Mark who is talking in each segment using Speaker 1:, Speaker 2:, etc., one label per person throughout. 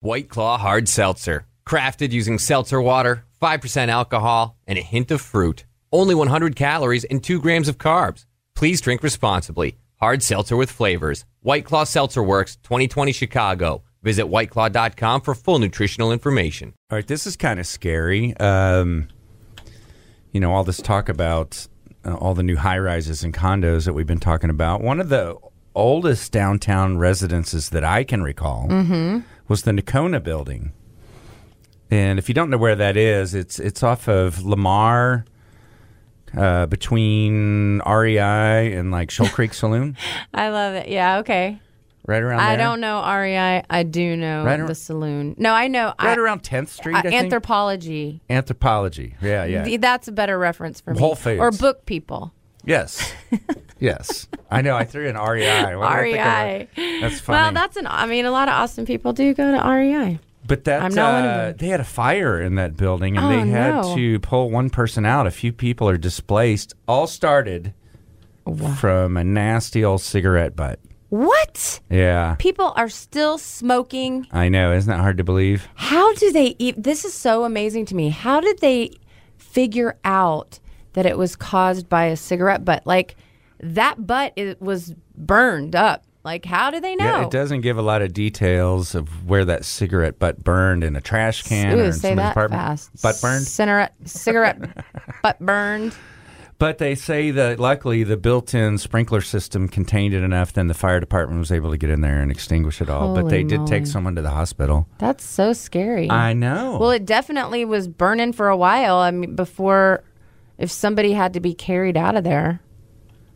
Speaker 1: White Claw Hard Seltzer. Crafted using seltzer water, 5% alcohol, and a hint of fruit. Only 100 calories and 2 grams of carbs. Please drink responsibly. Hard seltzer with flavors. White Claw Seltzer Works, 2020 Chicago. Visit whiteclaw.com for full nutritional information.
Speaker 2: All right, this is kind of scary. Um, you know, all this talk about uh, all the new high rises and condos that we've been talking about. One of the oldest downtown residences that I can recall
Speaker 3: Mm-hmm.
Speaker 2: was the Nakona building. And if you don't know where that is, it's it's off of Lamar uh, between REI and like Shoal Creek Saloon,
Speaker 3: I love it. Yeah, okay.
Speaker 2: right around
Speaker 3: I
Speaker 2: there.
Speaker 3: don't know REI. I do know
Speaker 2: Right ar-
Speaker 3: the saloon. No, I know
Speaker 2: Right
Speaker 3: I,
Speaker 2: around 10th Street,
Speaker 3: I-
Speaker 2: I, think.
Speaker 3: anthropology.
Speaker 2: Anthropology. Yeah, yeah.
Speaker 3: Th- That's a better reference for me.
Speaker 2: Whole Foods.
Speaker 3: Or book people.
Speaker 2: Yes. yes. I know. I threw in REI. What did I think of it?
Speaker 3: REI.
Speaker 2: That's funny.
Speaker 3: E Well, that's an. I mean, a lot of Austin people do go to E REI.
Speaker 2: but that,
Speaker 3: I'm not one of
Speaker 2: uh,
Speaker 3: them.
Speaker 2: they had a fire in that building and
Speaker 3: Oh,
Speaker 2: they had
Speaker 3: no.
Speaker 2: to pull one person out. A few people are displaced. All started from a nasty old cigarette butt.
Speaker 3: What?
Speaker 2: Yeah.
Speaker 3: People are still smoking.
Speaker 2: I know. Isn't that hard to believe?
Speaker 3: How do they eat? This is so amazing to me. How did they figure out that it was caused by a cigarette butt? Like that butt it was burned up. Like how do they know?
Speaker 2: Yeah, it doesn't give a lot of details of where that cigarette butt burned in a trash can or
Speaker 3: Ooh,
Speaker 2: in
Speaker 3: say
Speaker 2: somebody's
Speaker 3: that
Speaker 2: apartment.
Speaker 3: fast.
Speaker 2: Butt burned.
Speaker 3: Cigarette, cigarette butt burned.
Speaker 2: But they say that luckily the built-in sprinkler system contained it enough, then the fire department was able to get in there and extinguish it all. but
Speaker 3: Holy
Speaker 2: they did take
Speaker 3: moly.
Speaker 2: someone to the hospital.
Speaker 3: That's so scary.
Speaker 2: I know.
Speaker 3: well, it definitely was burning for a while. I mean, before if somebody had to be carried out of there.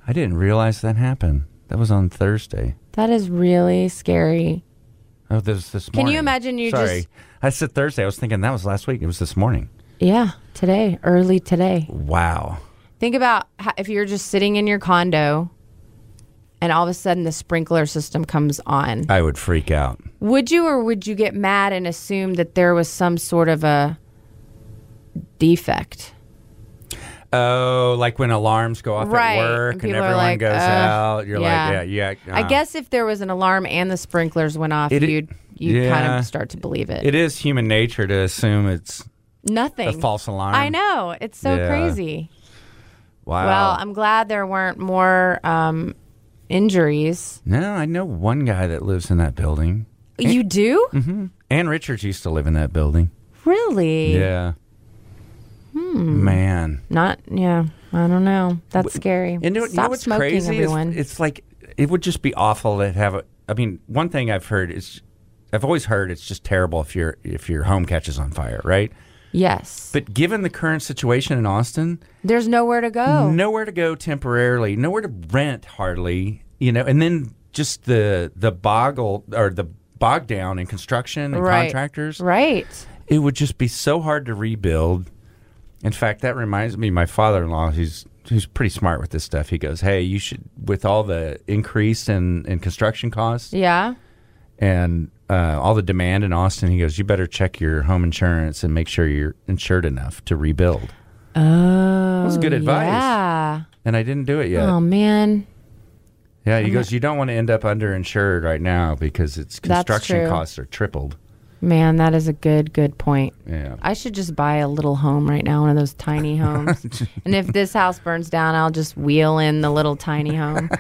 Speaker 2: I didn't realize that happened. That was on Thursday.
Speaker 3: That is really scary.
Speaker 2: Oh, this was this
Speaker 3: you
Speaker 2: morning.
Speaker 3: imagine you
Speaker 2: Sorry.
Speaker 3: just-
Speaker 2: I said Thursday. I was thinking that was last week. It was this morning.
Speaker 3: Yeah, today, early today.
Speaker 2: Wow.
Speaker 3: Think about ho- if you're just sitting in your condo and all of a sudden the sprinkler system comes on.
Speaker 2: I would freak out.
Speaker 3: Would you or would you get mad and assume that there was some sort of a defect?
Speaker 2: Oh, like when alarms go off
Speaker 3: right.
Speaker 2: at work and,
Speaker 3: people are
Speaker 2: everyone
Speaker 3: like,
Speaker 2: goes
Speaker 3: "Ugh,
Speaker 2: out. You're like, yeah, yeah.
Speaker 3: I
Speaker 2: uh.
Speaker 3: guess if there was an alarm and the sprinklers went off,
Speaker 2: It i-
Speaker 3: you'd you kind
Speaker 2: yeah.
Speaker 3: of start to believe it.
Speaker 2: It is human nature to assume it's
Speaker 3: Nothing.
Speaker 2: a false alarm.
Speaker 3: I know. It's so
Speaker 2: Yeah.
Speaker 3: crazy.
Speaker 2: Wow.
Speaker 3: Well, I'm glad there weren't more um, injuries.
Speaker 2: No, I know one guy that lives in that building.
Speaker 3: You do?
Speaker 2: Mm-hmm. Ann Richards used to live in that building.
Speaker 3: Really?
Speaker 2: Yeah. Hmm. Man.
Speaker 3: Not, yeah. I don't know. That's scary.
Speaker 2: And you know,
Speaker 3: Stop
Speaker 2: you know what's
Speaker 3: smoking,
Speaker 2: crazy? is
Speaker 3: everyone.
Speaker 2: it's like, it would just be awful to have a. I mean, one thing I've heard is. I've always heard it's just terrible if your if your home catches on fire, right?
Speaker 3: yes.
Speaker 2: But given the current situation in Austin,
Speaker 3: There's nowhere to go.
Speaker 2: nowhere to go temporarily, nowhere to rent hardly, you know, and then just the the boggle or the bog down in construction and
Speaker 3: Right.
Speaker 2: contractors.
Speaker 3: Right.
Speaker 2: it would just be so hard to rebuild. In fact, that reminds me, my father-in-law, who's who's pretty smart with this stuff, he goes, "Hey, you should, with all the increase in in construction costs
Speaker 3: Yeah.
Speaker 2: and uh, all the demand in Austin, he goes, you better check your home insurance and make sure you're insured enough to rebuild."
Speaker 3: Oh. That
Speaker 2: was good advice.
Speaker 3: Yeah.
Speaker 2: And I didn't do it yet.
Speaker 3: Oh, man.
Speaker 2: yeah, he goes, "You don't want to end up underinsured right now because its
Speaker 3: That's
Speaker 2: construction
Speaker 3: true.
Speaker 2: costs are tripled."
Speaker 3: Man, that is a good, good point.
Speaker 2: Yeah.
Speaker 3: I should just buy a little home right now, one of those tiny homes. and if this house burns down, I'll just wheel in the little tiny home.